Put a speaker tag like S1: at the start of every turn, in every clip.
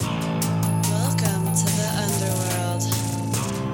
S1: Welcome to the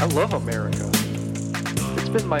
S2: I love America. It's been my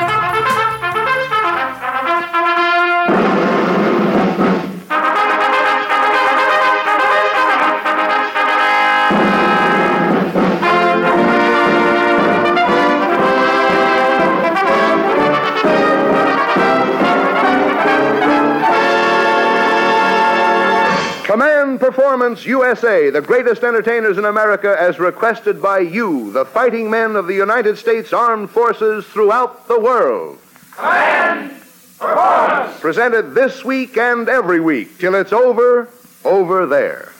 S3: Command Performance USA, the greatest entertainers in America, as requested by you, the fighting men of the United States Armed Forces throughout the world. Command Performance! Presented this week and every week till it's over, over there.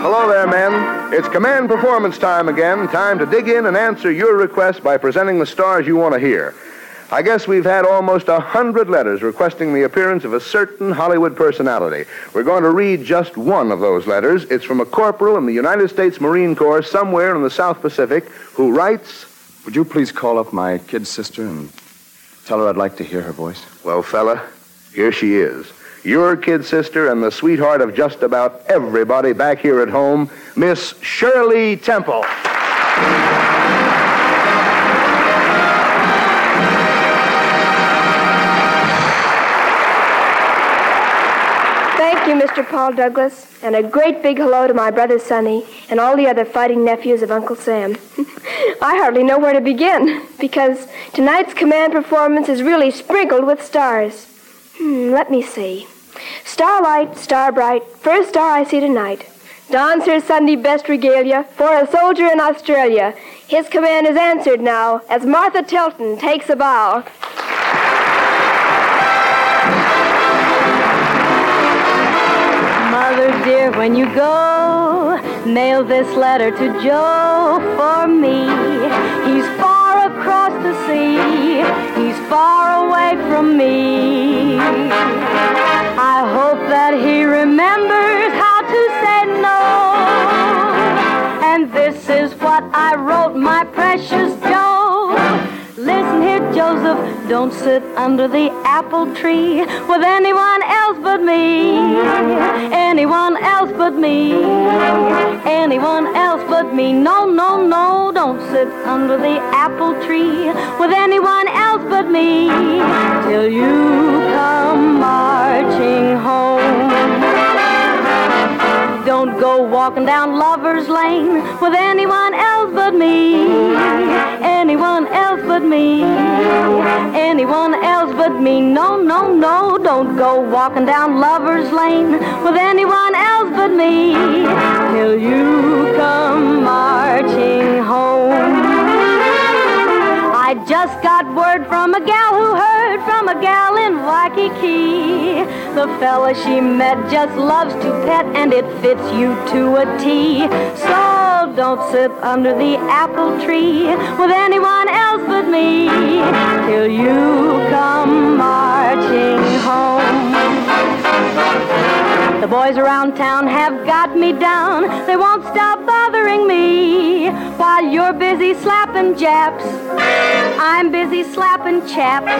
S3: Hello there, men. It's command performance time again. Time to dig in and answer your requests by presenting the stars you want to hear. I guess we've had almost a hundred letters requesting the appearance of a certain Hollywood personality. We're going to read just one of those letters. It's from a corporal in the United States Marine Corps somewhere in the South Pacific who writes,
S4: Would you please call up my kid sister and tell her I'd like to hear her voice?
S3: Well, fella, here she is. Your kid sister and the sweetheart of just about everybody back here at home, Miss Shirley Temple.
S5: Thank you, Mr. Paul Douglas, and a great big hello to my brother Sonny and all the other fighting nephews of Uncle Sam. I hardly know where to begin because tonight's command performance is really sprinkled with stars. Hmm, let me see. Starlight, star bright, first star I see tonight. Dons her Sunday best regalia for a soldier in Australia. His command is answered now as Martha Tilton takes a bow.
S6: Mother dear, when you go, mail this letter to Joe for me. He's far across the sea, he's far away from me. I hope that he remembers how to say no. And this is what I wrote, my precious Joe. Listen here, Joseph, Don't sit under the apple tree with anyone else but me. Anyone else but me. Anyone else but me. No, no, no. Don't sit under the apple tree with anyone else but me. Till you come marching home. Don't go walking down Lover's Lane with anyone else but me anyone else but me. Anyone else but me. No, no, no. Don't go walking down Lover's Lane with anyone else but me. Till you come marching home. I just got word from a gal who heard from a gal in Waikiki. The fella she met just loves to pet and it fits you to a T. So don't sit under the apple tree with anyone else but me till you come marching home. The boys around town have got me down. They won't stop bothering me while you're busy slapping Japs. I'm busy slapping chaps.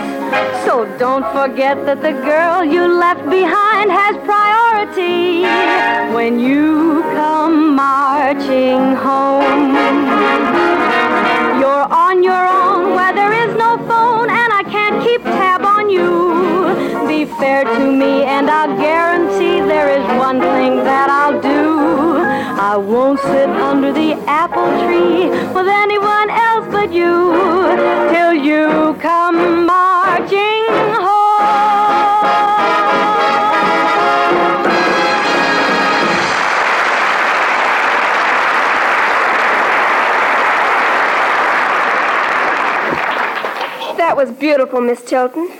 S6: So don't forget that the girl you left behind has priority when you come marching home. You're on your own where there is no phone, and I can't keep tab on you. Be fair to me, and I'll guarantee there is one thing that I'll do. I won't sit under the apple tree with anyone else but you till you come marching home.
S5: That was beautiful, Miss Tilton.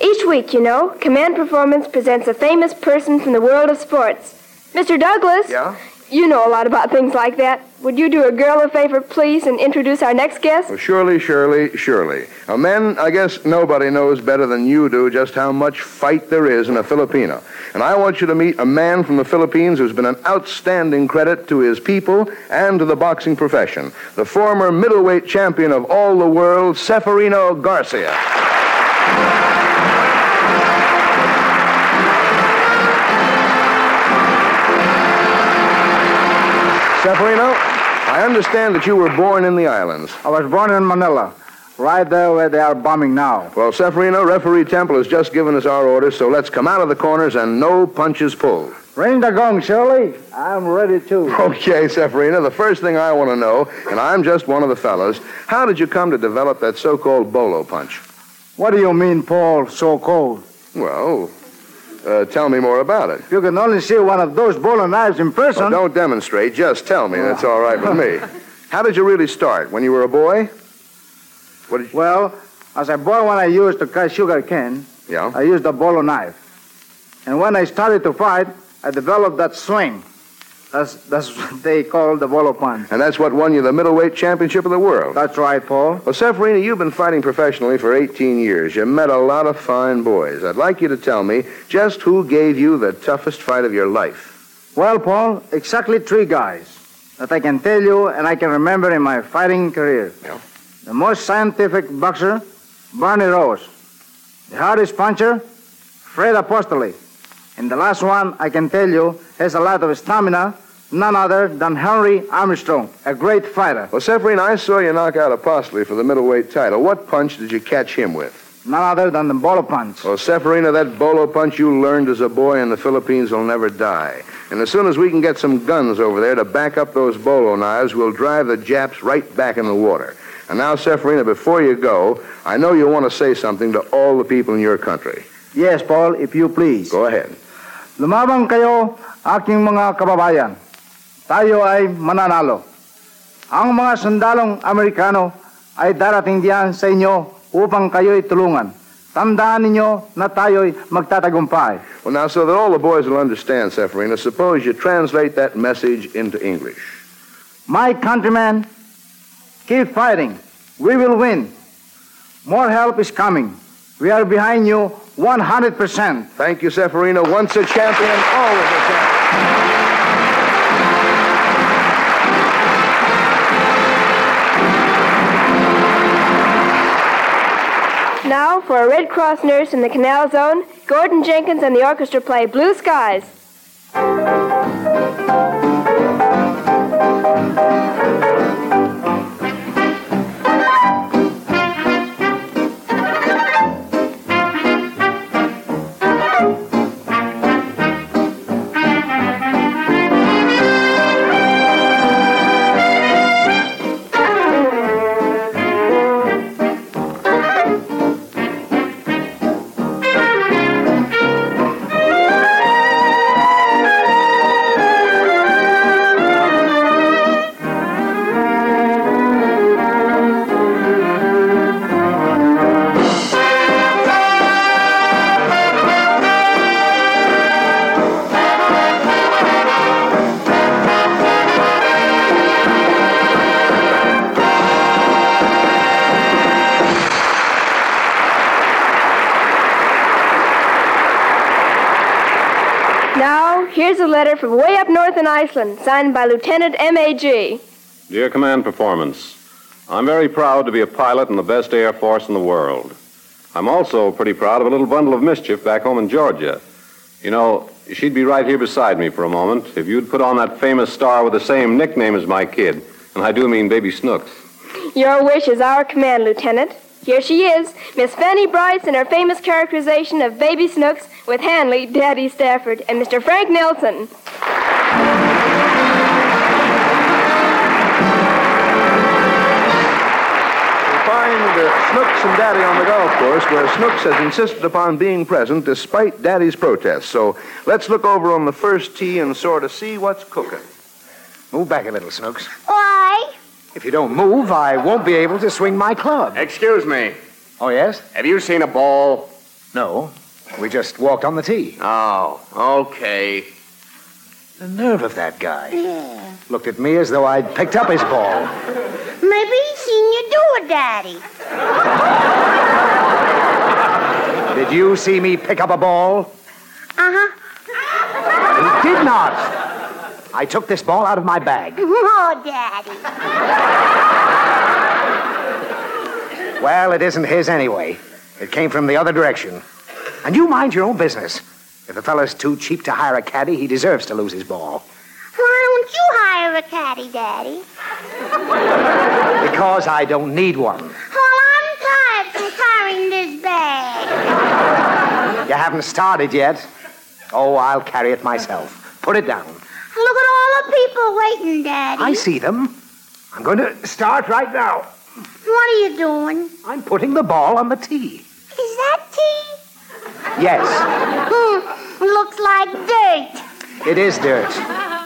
S5: Each week, you know, Command Performance presents a famous person from the world of sports. Mr. Douglas?
S3: Yeah?
S5: You know a lot about things like that. Would you do a girl a favor, please, and introduce our next guest?
S3: Well, surely, surely, surely. Now, Uh, men, I guess nobody knows better than you do just how much fight there is in a Filipino. And I want you to meet a man from the Philippines who's been an outstanding credit to his people and to the boxing profession. The former middleweight champion of all the world, Seferino Garcia. Seferino, I understand that you were born in the islands.
S7: I was born in Manila, right there where they are bombing now.
S3: Well, Seferino, referee Temple has just given us our orders, so let's come out of the corners and no punches pulled.
S7: Ring the gong, Shirley. I'm ready too.
S3: Okay, Seferino, the first thing I want to know, and I'm just one of the fellows, how did you come to develop that so called bolo punch?
S7: What do you mean, Paul, so cold?
S3: Well, uh, tell me more about it.
S7: You can only see one of those bowling knives in person.
S3: Well, don't demonstrate. Just tell me. That's all right with me. How did you really start? When you were a boy? What did you...
S7: Well, as a boy, when I used to cut sugar cane,
S3: yeah.
S7: I used a bolo knife. And when I started to fight, I developed that swing. That's, that's what they call the bolo punch.
S3: And that's what won you the middleweight championship of the world.
S7: That's right, Paul.
S3: Well, Seferina, you've been fighting professionally for 18 years. You met a lot of fine boys. I'd like you to tell me just who gave you the toughest fight of your life.
S7: Well, Paul, exactly three guys that I can tell you and I can remember in my fighting career.
S3: Yeah.
S7: The most scientific boxer, Barney Rose. The hardest puncher, Fred Apostoli. And the last one, I can tell you, has a lot of stamina, none other than Henry Armstrong, a great fighter.
S3: Well, Seferine, I saw you knock out Apostoli for the middleweight title. What punch did you catch him with?
S7: None other than the bolo punch.
S3: Well, Seferina, that bolo punch you learned as a boy in the Philippines will never die. And as soon as we can get some guns over there to back up those bolo knives, we'll drive the Japs right back in the water. And now, Seferina, before you go, I know you want to say something to all the people in your country.
S7: Yes, Paul, if you please.
S3: Go ahead.
S7: Lumabang kayo, aking mga kababayan. Tayo ay mananalo. Ang mga sundalong Amerikano ay darating diyan sa inyo upang kayo'y tulungan. Tandaan ninyo na tayo'y magtatagumpay.
S3: Well, now, so that all the boys will understand, Seferina, suppose you translate that message into English.
S7: My countrymen, keep fighting. We will win. More help is coming. We are behind you 100%.
S3: Thank you, Seferino. Once a champion, always a champion.
S5: Now, for a Red Cross nurse in the Canal Zone, Gordon Jenkins and the orchestra play Blue Skies. Now, here's a letter from way up north in Iceland, signed by Lieutenant M.A.G.
S8: Dear Command Performance, I'm very proud to be a pilot in the best Air Force in the world. I'm also pretty proud of a little bundle of mischief back home in Georgia. You know, she'd be right here beside me for a moment if you'd put on that famous star with the same nickname as my kid, and I do mean Baby Snooks.
S5: Your wish is our command, Lieutenant. Here she is, Miss Fanny Brice in her famous characterization of Baby Snooks with Hanley, Daddy Stafford, and Mr. Frank Nelson.
S3: We find uh, Snooks and Daddy on the golf course where Snooks has insisted upon being present despite Daddy's protests. So let's look over on the first tee and sort of see what's cooking.
S9: Move back a little, Snooks.
S10: Why?
S9: If you don't move, I won't be able to swing my club.
S4: Excuse me.
S9: Oh, yes?
S4: Have you seen a ball?
S9: No. We just walked on the tee.
S4: Oh, okay.
S9: The nerve of that guy. Looked at me as though I'd picked up his ball.
S10: Maybe he's seen you do it, Daddy.
S9: Did you see me pick up a ball?
S10: Uh-huh.
S9: He did not. I took this ball out of my bag.
S10: Oh, Daddy.
S9: Well, it isn't his anyway. It came from the other direction. And you mind your own business. If the fellow's too cheap to hire a caddy, he deserves to lose his ball.
S10: Why don't you hire a caddy, Daddy?
S9: Because I don't need one.
S10: Well, I'm tired from carrying this bag.
S9: You haven't started yet. Oh, I'll carry it myself. Put it down.
S10: Look at all the people waiting, Daddy.
S9: I see them. I'm going to start right now.
S10: What are you doing?
S9: I'm putting the ball on the tee.
S10: Is that tea?
S9: Yes,
S10: Hmm, looks like dirt.
S9: it is dirt.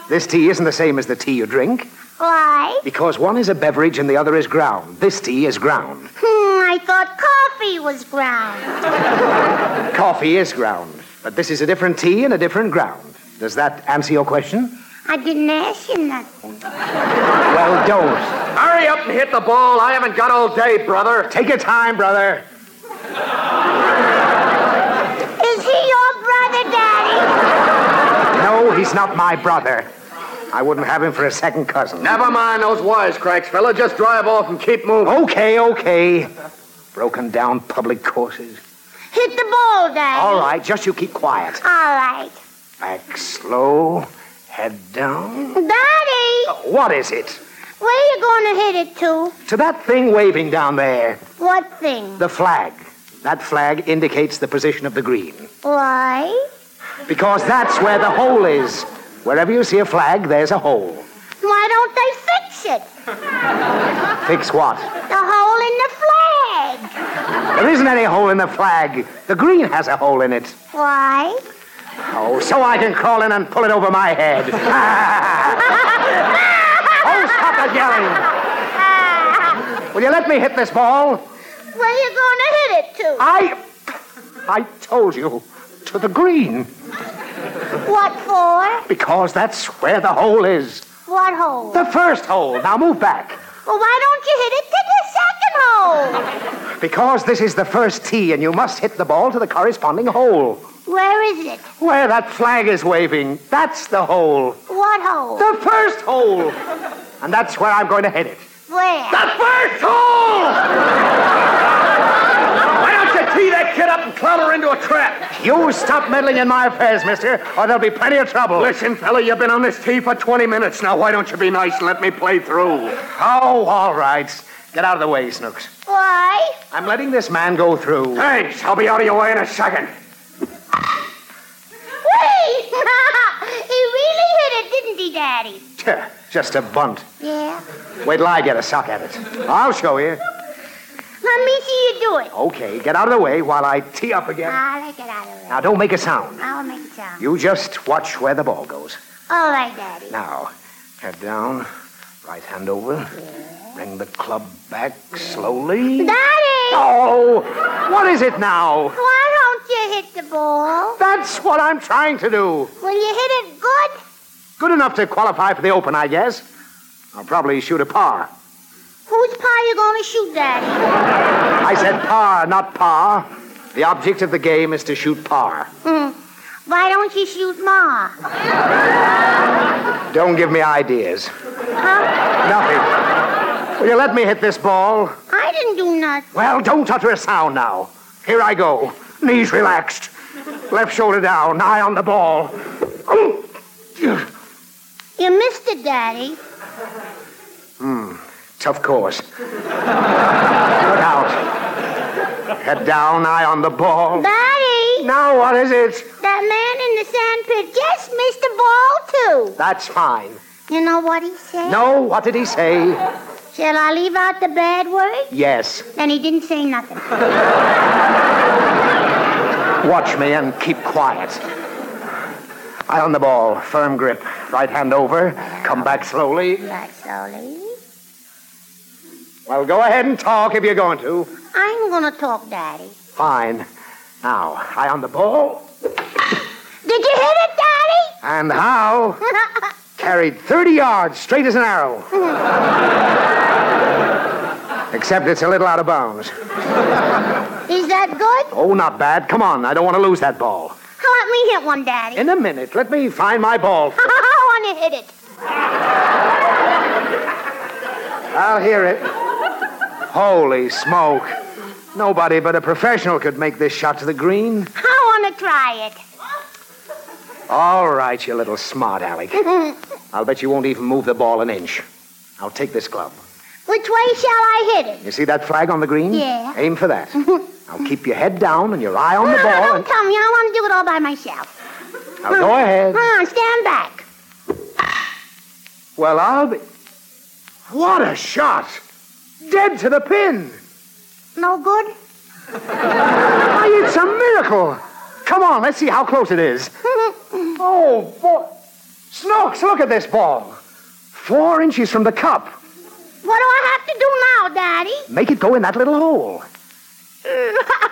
S9: This tea isn't the same as the tea you drink
S10: Why?
S9: because one is a beverage and the other is ground. This tea is ground.
S10: Hmm, I thought coffee was ground.
S9: Coffee is ground, but this is a different tea and a different ground. Does that answer your question?
S10: I didn't ask you nothing.
S9: Well, don't.
S11: Hurry up and hit the ball. I haven't got all day, brother.
S9: Take your time, brother.
S10: Is he your brother, Daddy?
S9: No, he's not my brother. I wouldn't have him for a second cousin.
S11: Never mind those wisecracks, fella. Just drive off and keep moving.
S9: Okay, okay. Broken down public courses.
S10: Hit the ball, Daddy.
S9: All right, just you keep quiet.
S10: All right.
S9: Back slow, head down.
S10: Daddy,
S9: What is it?
S10: where you going to hit it to?
S9: To that thing waving down there.
S10: What thing?
S9: The flag. That flag indicates the position of the green.
S10: Why?
S9: Because that's where the hole is. Wherever you see a flag, there's a hole.
S10: Why don't they fix it?
S9: Fix what?
S10: The hole in the flag.
S9: There isn't any hole in the flag. The green has a hole in it.
S10: Why?
S9: Oh, so I can crawl in and pull it over my head. oh, stop that yelling. Will you let me hit this ball?
S10: Where you going to hit it to?
S9: I. I told you. To the green.
S10: What for?
S9: Because that's where the hole is.
S10: What hole?
S9: The first hole. Now move back.
S10: Well, why don't you hit it to the second hole?
S9: Because this is the first tee, and you must hit the ball to the corresponding hole.
S10: Where is it?
S9: Where that flag is waving, that's the hole.
S10: What hole?
S9: The first hole. And that's where I'm going to hit it.
S10: Where?
S11: The first hole! Why don't you up and clown her into a trap.
S9: You stop meddling in my affairs, mister, or there'll be plenty of trouble.
S11: Listen, fella, you've been on this tee for 20 minutes now. Why don't you be nice and let me play through?
S9: Oh, all right. Get out of the way, Snooks.
S10: Why?
S9: I'm letting this man go through.
S11: Thanks. I'll be out of your way in a second.
S10: Wait! he really hit it, didn't he, Daddy?
S9: Tch, Just a bunt.
S10: Yeah.
S9: Wait till I get a sock at it. I'll show you.
S10: Let me see you do it.
S9: Okay, get out of the way while I tee up again.
S10: I'll take it out of
S9: Now, don't make a sound.
S10: it. I'll make it sound.
S9: You just watch where the ball goes.
S10: All right, Daddy.
S9: Now, head down, right hand over, bring the club back slowly.
S10: Daddy!
S9: Oh, what is it now?
S10: Why don't you hit the ball?
S9: That's what I'm trying to do.
S10: Will you hit it good?
S9: Good enough to qualify for the Open, I guess. I'll probably shoot a par.
S10: Whose pie you gonna shoot, Daddy?
S9: I said par, not par. The object of the game is to shoot par.
S10: Hmm. Why don't you shoot Ma?
S9: Don't give me ideas. Nothing. Will you let me hit this ball?
S10: I didn't do nothing.
S9: Well, don't utter a sound now. Here I go. Knees relaxed. Left shoulder down, eye on the ball.
S10: You missed it, Daddy.
S9: Hmm. Tough course. Look out. Head down, eye on the ball.
S10: Daddy!
S9: Now what is it?
S10: That man in the sandpit just missed the ball,
S9: That's fine.
S10: too. You know what he said?
S9: No, what did he say?
S10: Shall I leave out the bad word?
S9: Yes.
S10: Then he didn't say nothing.
S9: Watch me and keep quiet. Eye on the ball, firm grip. Right hand over, come back slowly.
S10: Back slowly.
S9: Well, go ahead and talk if you're going to.
S10: I'm gonna talk, Daddy.
S9: Fine. Now, eye on the ball.
S10: Did you hit it, Daddy?
S9: And how? Carried 30 yards, straight as an arrow. Except it's a little out of bounds.
S10: Is that good?
S9: Oh, not bad. Come on, I don't want to lose that ball.
S10: Let me hit one, Daddy.
S9: In a minute, let me find my ball.
S10: I wanna hit it.
S9: I'll hear it. Holy smoke. Nobody but a professional could make this shot to the green.
S10: I wanna try it.
S9: All right, you little smart aleck. I'll bet you won't even move the ball an inch. I'll take this club.
S10: Which way shall I hit it?
S9: You see that flag on the green?
S10: Yeah.
S9: Aim for that. Now keep your head down and your eye on the
S10: No,
S9: ball.
S10: Ah, Don't
S9: And...
S10: tell me. I want to do it all by myself.
S9: Now go ahead.
S10: Come on, stand back.
S9: Well, I'll be. What a shot! Dead to the pin.
S10: No good?
S9: Why, it's a miracle. Come on, let's see how close it is. oh, boy. Snooks, look at this ball. Four inches from the cup.
S10: What do I have to do now, Daddy?
S9: Make it go in that little hole.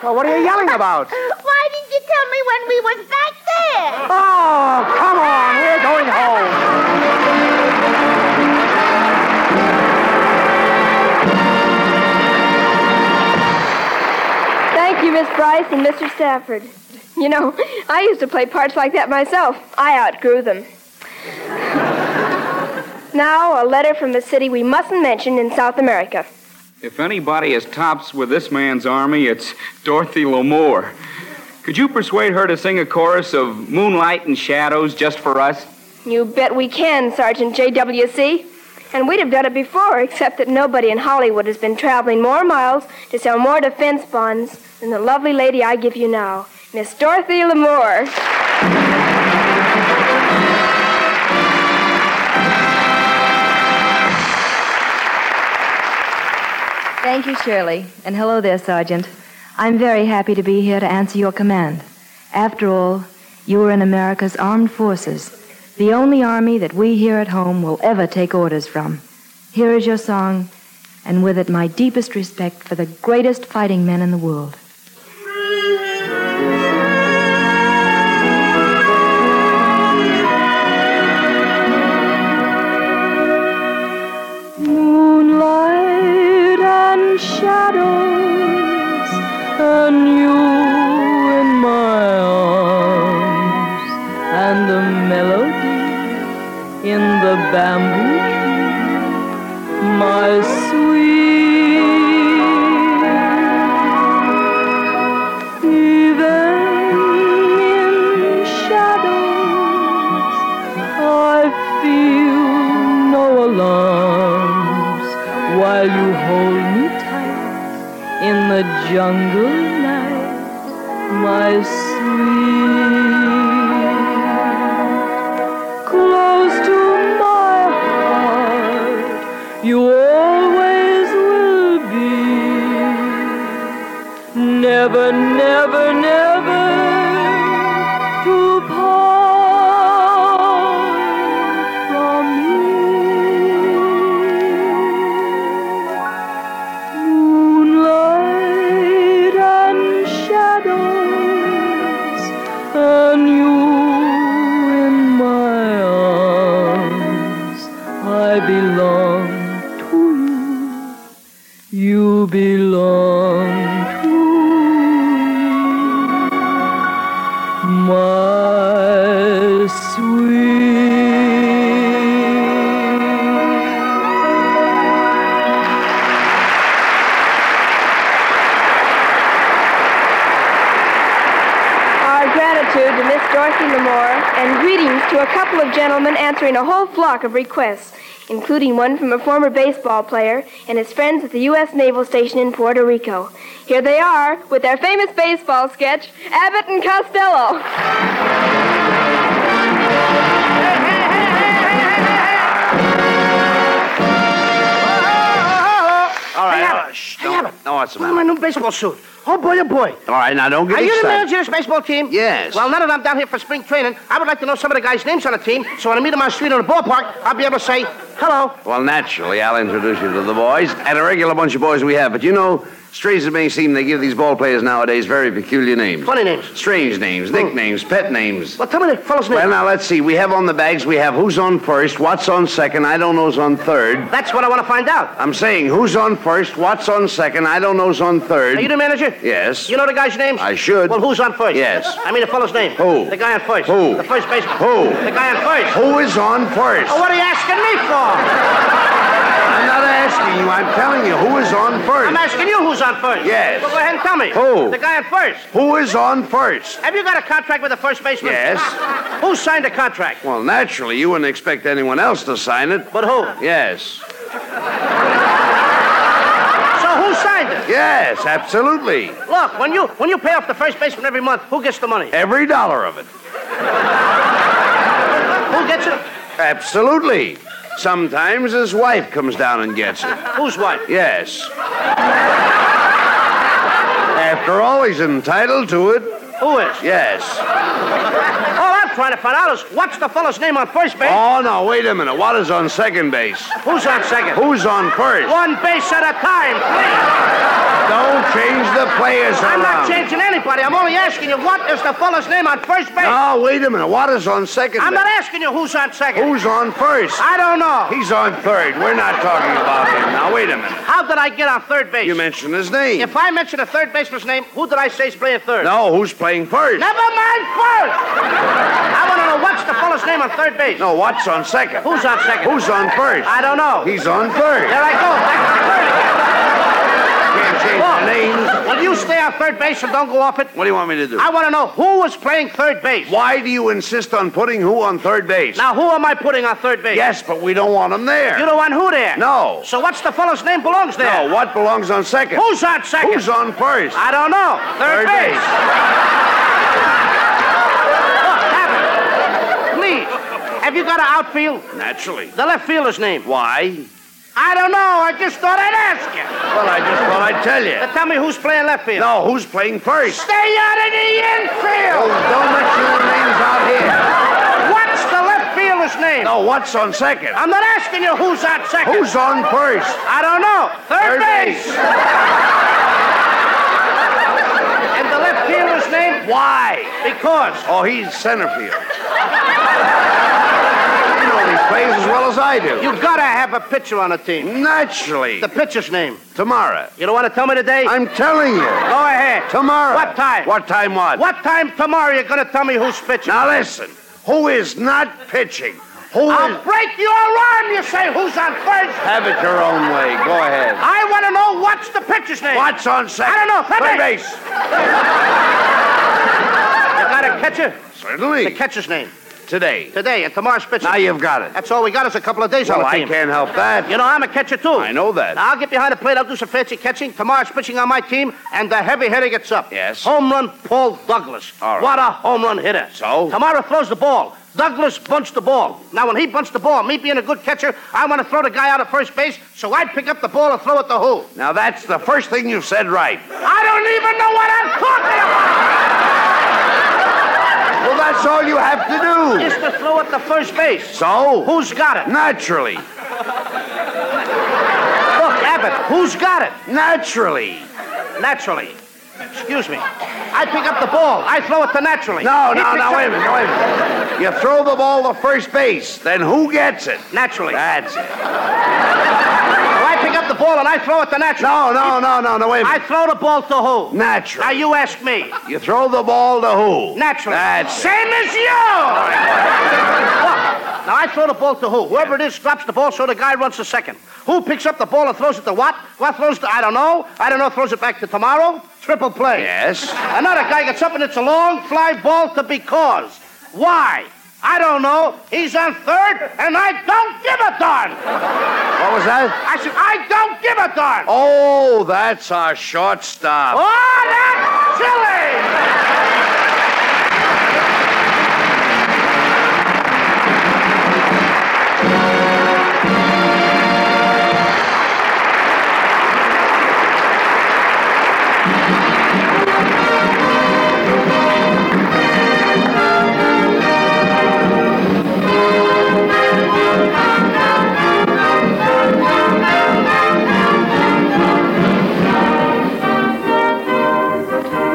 S9: Well, what are you yelling about?
S10: Why didn't you tell me when we was back there?
S9: Oh, come on. We're going home.
S5: Thank you, Miss Bryce and Mr. Stafford. You know, I used to play parts like that myself. I outgrew them. now, a letter from a city we mustn't mention in South America.
S12: If anybody is tops with this man's army, it's Dorothy L'Amour. Could you persuade her to sing a chorus of Moonlight and Shadows just for us?
S5: You bet we can, Sergeant JWC. And we'd have done it before, except that nobody in Hollywood has been traveling more miles to sell more defense bonds than the lovely lady I give you now, Miss Dorothy L'Amour.
S13: Thank you, Shirley. And hello there, Sergeant. I'm very happy to be here to answer your command. After all, you are in America's armed forces, the only army that we here at home will ever take orders from. Here is your song, and with it, my deepest respect for the greatest fighting men in the world.
S14: moonlight and shadows, and you in my arms, and the melody in the bamboo tree, my sweet. good night, my sweet. Close to my heart, you always will be. Never, never, never to part from me. Moonlight and shadows, and you in my arms. I belong to you. You belong to my sweet.
S5: Our gratitude to Miss Dorothy Lamore and greetings to a couple of gentlemen answering a whole flock of requests, including one from a former baseball player and his friends at the U.S. Naval Station in Puerto Rico. Here they are with their famous baseball sketch, Abbott and Costello.
S15: All right.
S9: Hey,
S15: all
S9: Abbott.
S15: right, shh,
S9: Hey,
S15: don't-
S9: Abbott.
S15: No, what's the
S9: Look at my
S15: matter?
S9: new baseball suit. Oh, boy, oh, boy.
S15: All right, now don't get
S9: Are you the
S15: excited.
S9: manager of this baseball team?
S15: Yes.
S9: Well, now that I'm down here for spring training, I would like to know some of the guys' names on the team, so when I meet them on the street or the ballpark, I'll be able to say, hello.
S15: Well, naturally, I'll introduce you to the boys and a regular bunch of boys we have. But you know, strange as it may seem, they give these ball players nowadays very peculiar names.
S9: Funny names. Hmm.
S15: Strange names, nicknames, pet names.
S9: Well, tell me the fellow's name.
S15: Well, now let's see. We have on the bags. We have who's on first, what's on second. I don't know's on third.
S9: That's what I want to find out.
S15: I'm saying who's on first, what's on second. I don't know's on third.
S9: Are you the manager?
S15: Yes.
S9: You know the guys' names?
S15: I should.
S9: Well, who's on first?
S15: Yes.
S9: I mean the fellow's name.
S15: Who?
S9: The guy on first.
S15: Who?
S9: The first baseman.
S15: Who?
S9: The guy on first.
S15: Who is on first?
S9: Oh, what are you asking me for?
S15: I'm not asking you. I'm telling you who is on first.
S9: I'm asking you who's on first.
S15: Yes.
S9: Well, go ahead and tell me.
S15: Who?
S9: The guy on first.
S15: Who is on first?
S9: Have you got a contract with the first baseman?
S15: Yes.
S9: Who signed the contract?
S15: Well, naturally, you wouldn't expect anyone else to sign it.
S9: But who?
S15: Yes.
S9: So who signed it?
S15: Yes, absolutely.
S9: Look, when you when you pay off the first baseman every month, who gets the money?
S15: Every dollar of it.
S9: Who gets it?
S15: Absolutely. Sometimes his wife comes down and gets it.
S9: Whose wife?
S15: Yes. After all, he's entitled to it.
S9: Who is?
S15: Yes.
S9: All I'm trying to find out is what's the fellow's name on first base?
S15: Oh, no, wait a minute. What is on second base?
S9: Who's on second?
S15: Who's on first?
S9: One base at a time, please.
S15: Don't change the players
S9: I'm
S15: around.
S9: not changing anybody. I'm only asking you what is the fellow's name on first base?
S15: No, wait a minute. What is on second
S9: I'm
S15: base?
S9: not asking you who's on second.
S15: Who's on first?
S9: I don't know.
S15: He's on third. We're not talking about him. Now, wait a minute.
S9: How did I get on third base?
S15: You mentioned his name.
S9: If I mention a third baseman's name, who did I say is playing third?
S15: No, who's playing first?
S9: Never mind first. I want to know what's the fellow's name on third base.
S15: No, what's on second?
S9: Who's on second?
S15: Who's on first?
S9: I don't know.
S15: He's on third.
S9: There I go. Back to third
S15: Can't
S9: again.
S15: change the
S9: Look,
S15: names.
S9: Will you stay on third base and don't go off it?
S15: What do you want me to do?
S9: I want to know who was playing third base.
S15: Why do you insist on putting who on third base?
S9: Now, who am I putting on third base?
S15: Yes, but we don't want him there.
S9: You don't want who there?
S15: No.
S9: So what's the fellow's name belongs there?
S15: No, what belongs on second?
S9: Who's on second?
S15: Who's on first?
S9: I don't know. Third,
S15: Third
S9: base.
S15: base.
S9: Look, Abbott, please. Have you got an outfield?
S15: Naturally.
S9: The left fielder's name.
S15: Why?
S9: I don't know. I just thought I'd ask you.
S15: Well, I just thought I'd tell you.
S9: But tell me who's playing left field.
S15: No, who's playing first?
S9: Stay out of the infield.
S15: Oh, Don't mention the names out
S9: What's the left fielder's name?
S15: here. No, what's on second?
S9: I'm not asking you who's on second.
S15: Who's on first?
S9: I don't know.
S15: Third
S9: Third, base.
S15: base.
S9: and the left fielder's name?
S15: Why?
S9: Because.
S15: Oh, he's center field. you know these plays as well as I do.
S9: You gotta have a pitcher on the team.
S15: Naturally.
S9: The pitcher's name.
S15: Tomorrow.
S9: You don't want to tell me today?
S15: I'm telling you.
S9: Go ahead.
S15: Tomorrow.
S9: What time?
S15: What time what?
S9: What time tomorrow you're gonna tell me who's pitching?
S15: Now listen. Who is not pitching? Who
S9: I'll
S15: is-
S9: break your arm, you say who's on first.
S15: Have it your own way. Go ahead.
S9: I want to know what's the pitcher's name.
S15: What's on second?
S9: I don't know. Third
S15: Third
S9: base.
S15: base.
S9: You got a catcher?
S15: Certainly.
S9: The catcher's name. today.
S15: Today, and tomorrow's pitching.
S9: Now you've got it.
S15: That's all we got is a couple of days
S9: Well,
S15: on the
S9: I
S15: team.
S9: can't help that.
S15: You know, I'm a catcher, too.
S9: I know that.
S15: Now, I'll get behind the plate. I'll do some fancy catching. Tomorrow's pitching on my team, and the heavy hitter gets up.
S9: Yes.
S15: Home run, Paul Douglas.
S9: All right.
S15: What a home run hitter.
S9: So?
S15: Tomorrow throws the ball. Douglas bunched the ball. Now, when he bunched the ball, me being a good catcher, I want to throw the guy out at first base, so I pick up the ball and throw it to who?
S9: Now that's the first thing you've said right.
S15: I don't even know what I'm talking about!
S9: Well, that's all you have to do.
S15: Is to throw it to first base.
S9: So?
S15: Who's got it?
S9: Naturally.
S15: Look, Abbott, who's got it?
S9: Naturally.
S15: Naturally. Excuse me. I pick up the ball. I throw it to naturally.
S9: No,
S15: He
S9: no,
S15: picks
S9: no,
S15: up-
S9: wait a minute, wait a minute. You throw the ball to first base, then who gets it?
S15: Naturally.
S9: That's it.
S15: So I pick up the ball and I throw it to naturally.
S9: No, no, no, no, no, wait a
S15: I
S9: minute.
S15: throw the ball to who?
S9: Natural.
S15: Now you ask me.
S9: You throw the ball to who?
S15: Naturally.
S9: That's it.
S15: Same as you! Look, now I throw the ball to who? Whoever it is drops the ball so the guy runs to second. Who picks up the ball and throws it to what? What throws to I don't know. I don't know, throws it back to tomorrow. Triple play.
S9: Yes.
S15: Another guy gets up and it's a long fly ball to because. Why? I don't know. He's on third, and I don't give a darn.
S9: What was that?
S15: I said, I don't give a darn. Oh,
S9: Oh, that's our shortstop.
S15: that's silly.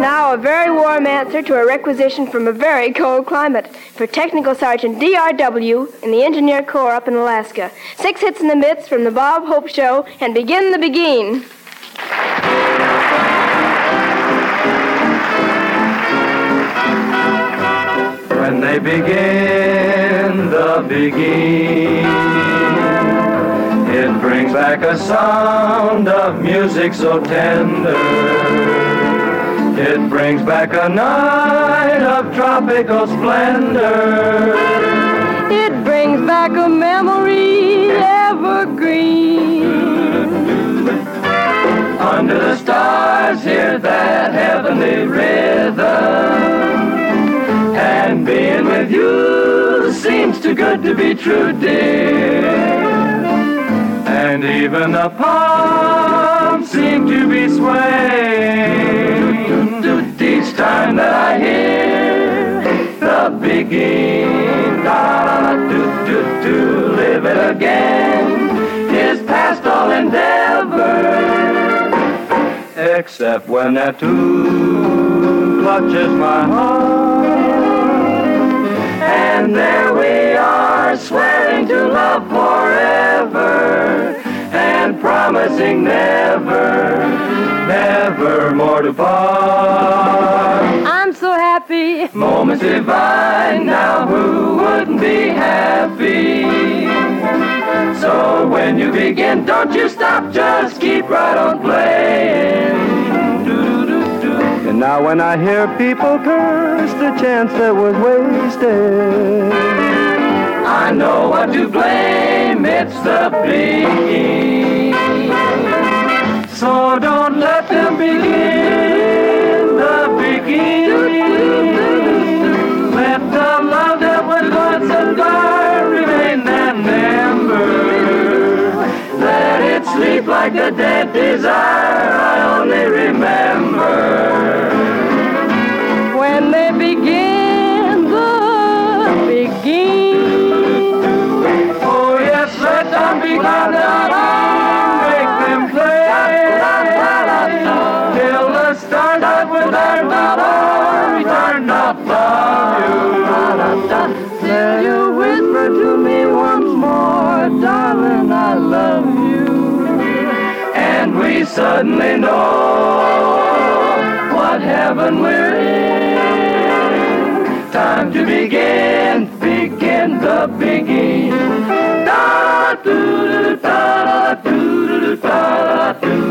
S5: Now, a very warm answer to a requisition from a very cold climate for Technical Sergeant DRW in the Engineer Corps up in Alaska. Six hits in the mitts from the Bob Hope Show, and begin the begin.
S14: When they begin the begin, it brings back a sound of music so tender. It brings back a night of tropical splendor.
S6: It brings back a memory evergreen.
S14: Under the stars, hear that heavenly rhythm. And being with you seems too good to be true, dear. And even the palms seem to be swaying. Each time that I hear the begin, da da da, do do do, live it again. Is past all endeavor except when that tune clutches my heart. And there we are, swearing to love forever and promising never, never more to part.
S6: I'm so happy.
S14: Moments divine, now who wouldn't be happy? So when you begin, don't you stop, just keep right on playing. Doo-doo-doo-doo. And now when I hear people curse the chance that was wasted, I know what to blame, it's the beginning. So don't let them begin the beginning. Let the love that was once a fire remain an ember. Let it sleep like a dead desire I only remember.
S6: When they begin the begin.
S14: Oh yes, let them be glad that I make them play Till the stars that were there before return upon you Till you whisper to me once more, darling, I love you And we suddenly know what heaven we're in Time to begin, begin the begin da da doo da da doo da da doo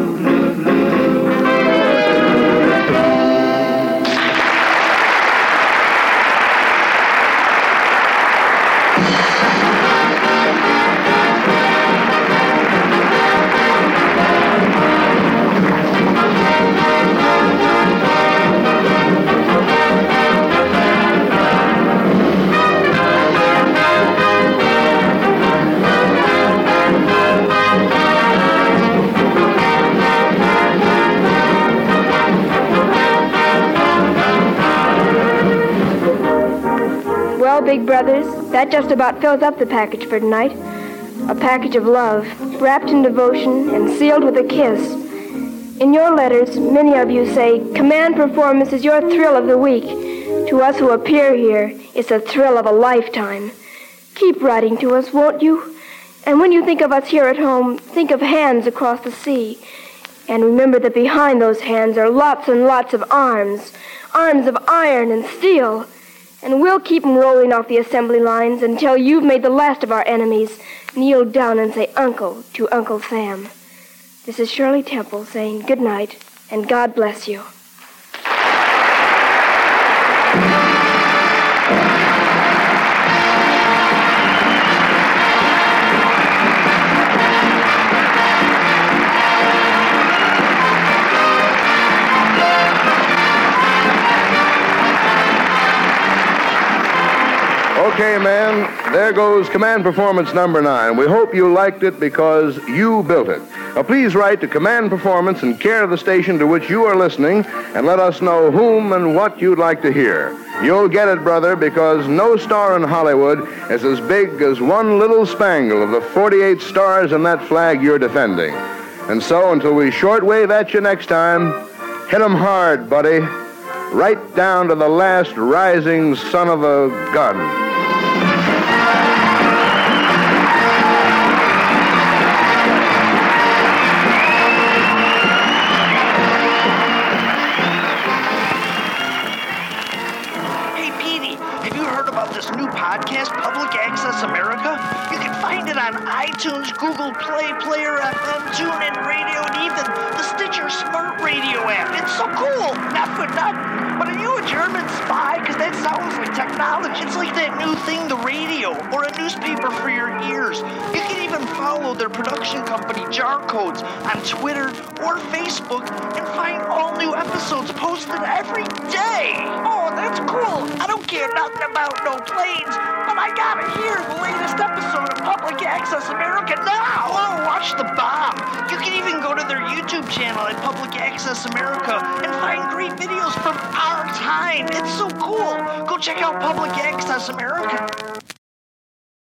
S5: Big Brothers, that just about fills up the package for tonight. A package of love, wrapped in devotion and sealed with a kiss. In your letters, many of you say, Command performance is your thrill of the week. To us who appear here, it's the thrill of a lifetime. Keep writing to us, won't you? And when you think of us here at home, think of hands across the sea. And remember that behind those hands are lots and lots of arms arms of iron and steel. And we'll keep 'em rolling off the assembly lines until you've made the last of our enemies kneel down and say Uncle to Uncle Sam. This is Shirley Temple saying good night and God bless you.
S3: Okay, man, there goes Command Performance number nine. We hope you liked it because you built it. Now, please write to Command Performance and care of the station to which you are listening and let us know whom and what you'd like to hear. You'll get it, brother, because no star in Hollywood is as big as one little spangle of the 48 stars in that flag you're defending. And so, until we shortwave at you next time, hit 'em hard, buddy. Right down to the last rising son of a gun.
S16: Hey, Petey, have you heard about this new podcast, Public Access America? You can find it on iTunes, Google Play, Player FM, TuneIn Radio, and even the Stitcher Smart Radio app. It's so cool! Not for nothing. But are you a German spy? Because that sounds like technology. It's like that new thing, the radio, or a newspaper for your ears. You can even follow their production company, Jar Codes, on Twitter or Facebook and find all new episodes posted every day. Oh, that's cool. I don't care nothing about no planes, but I gotta hear the latest episode of Public Access America now. Oh, watch the bomb. You can even go to their YouTube channel at Public Access America and find great videos from our time. It's so cool. Go check out Public Access America.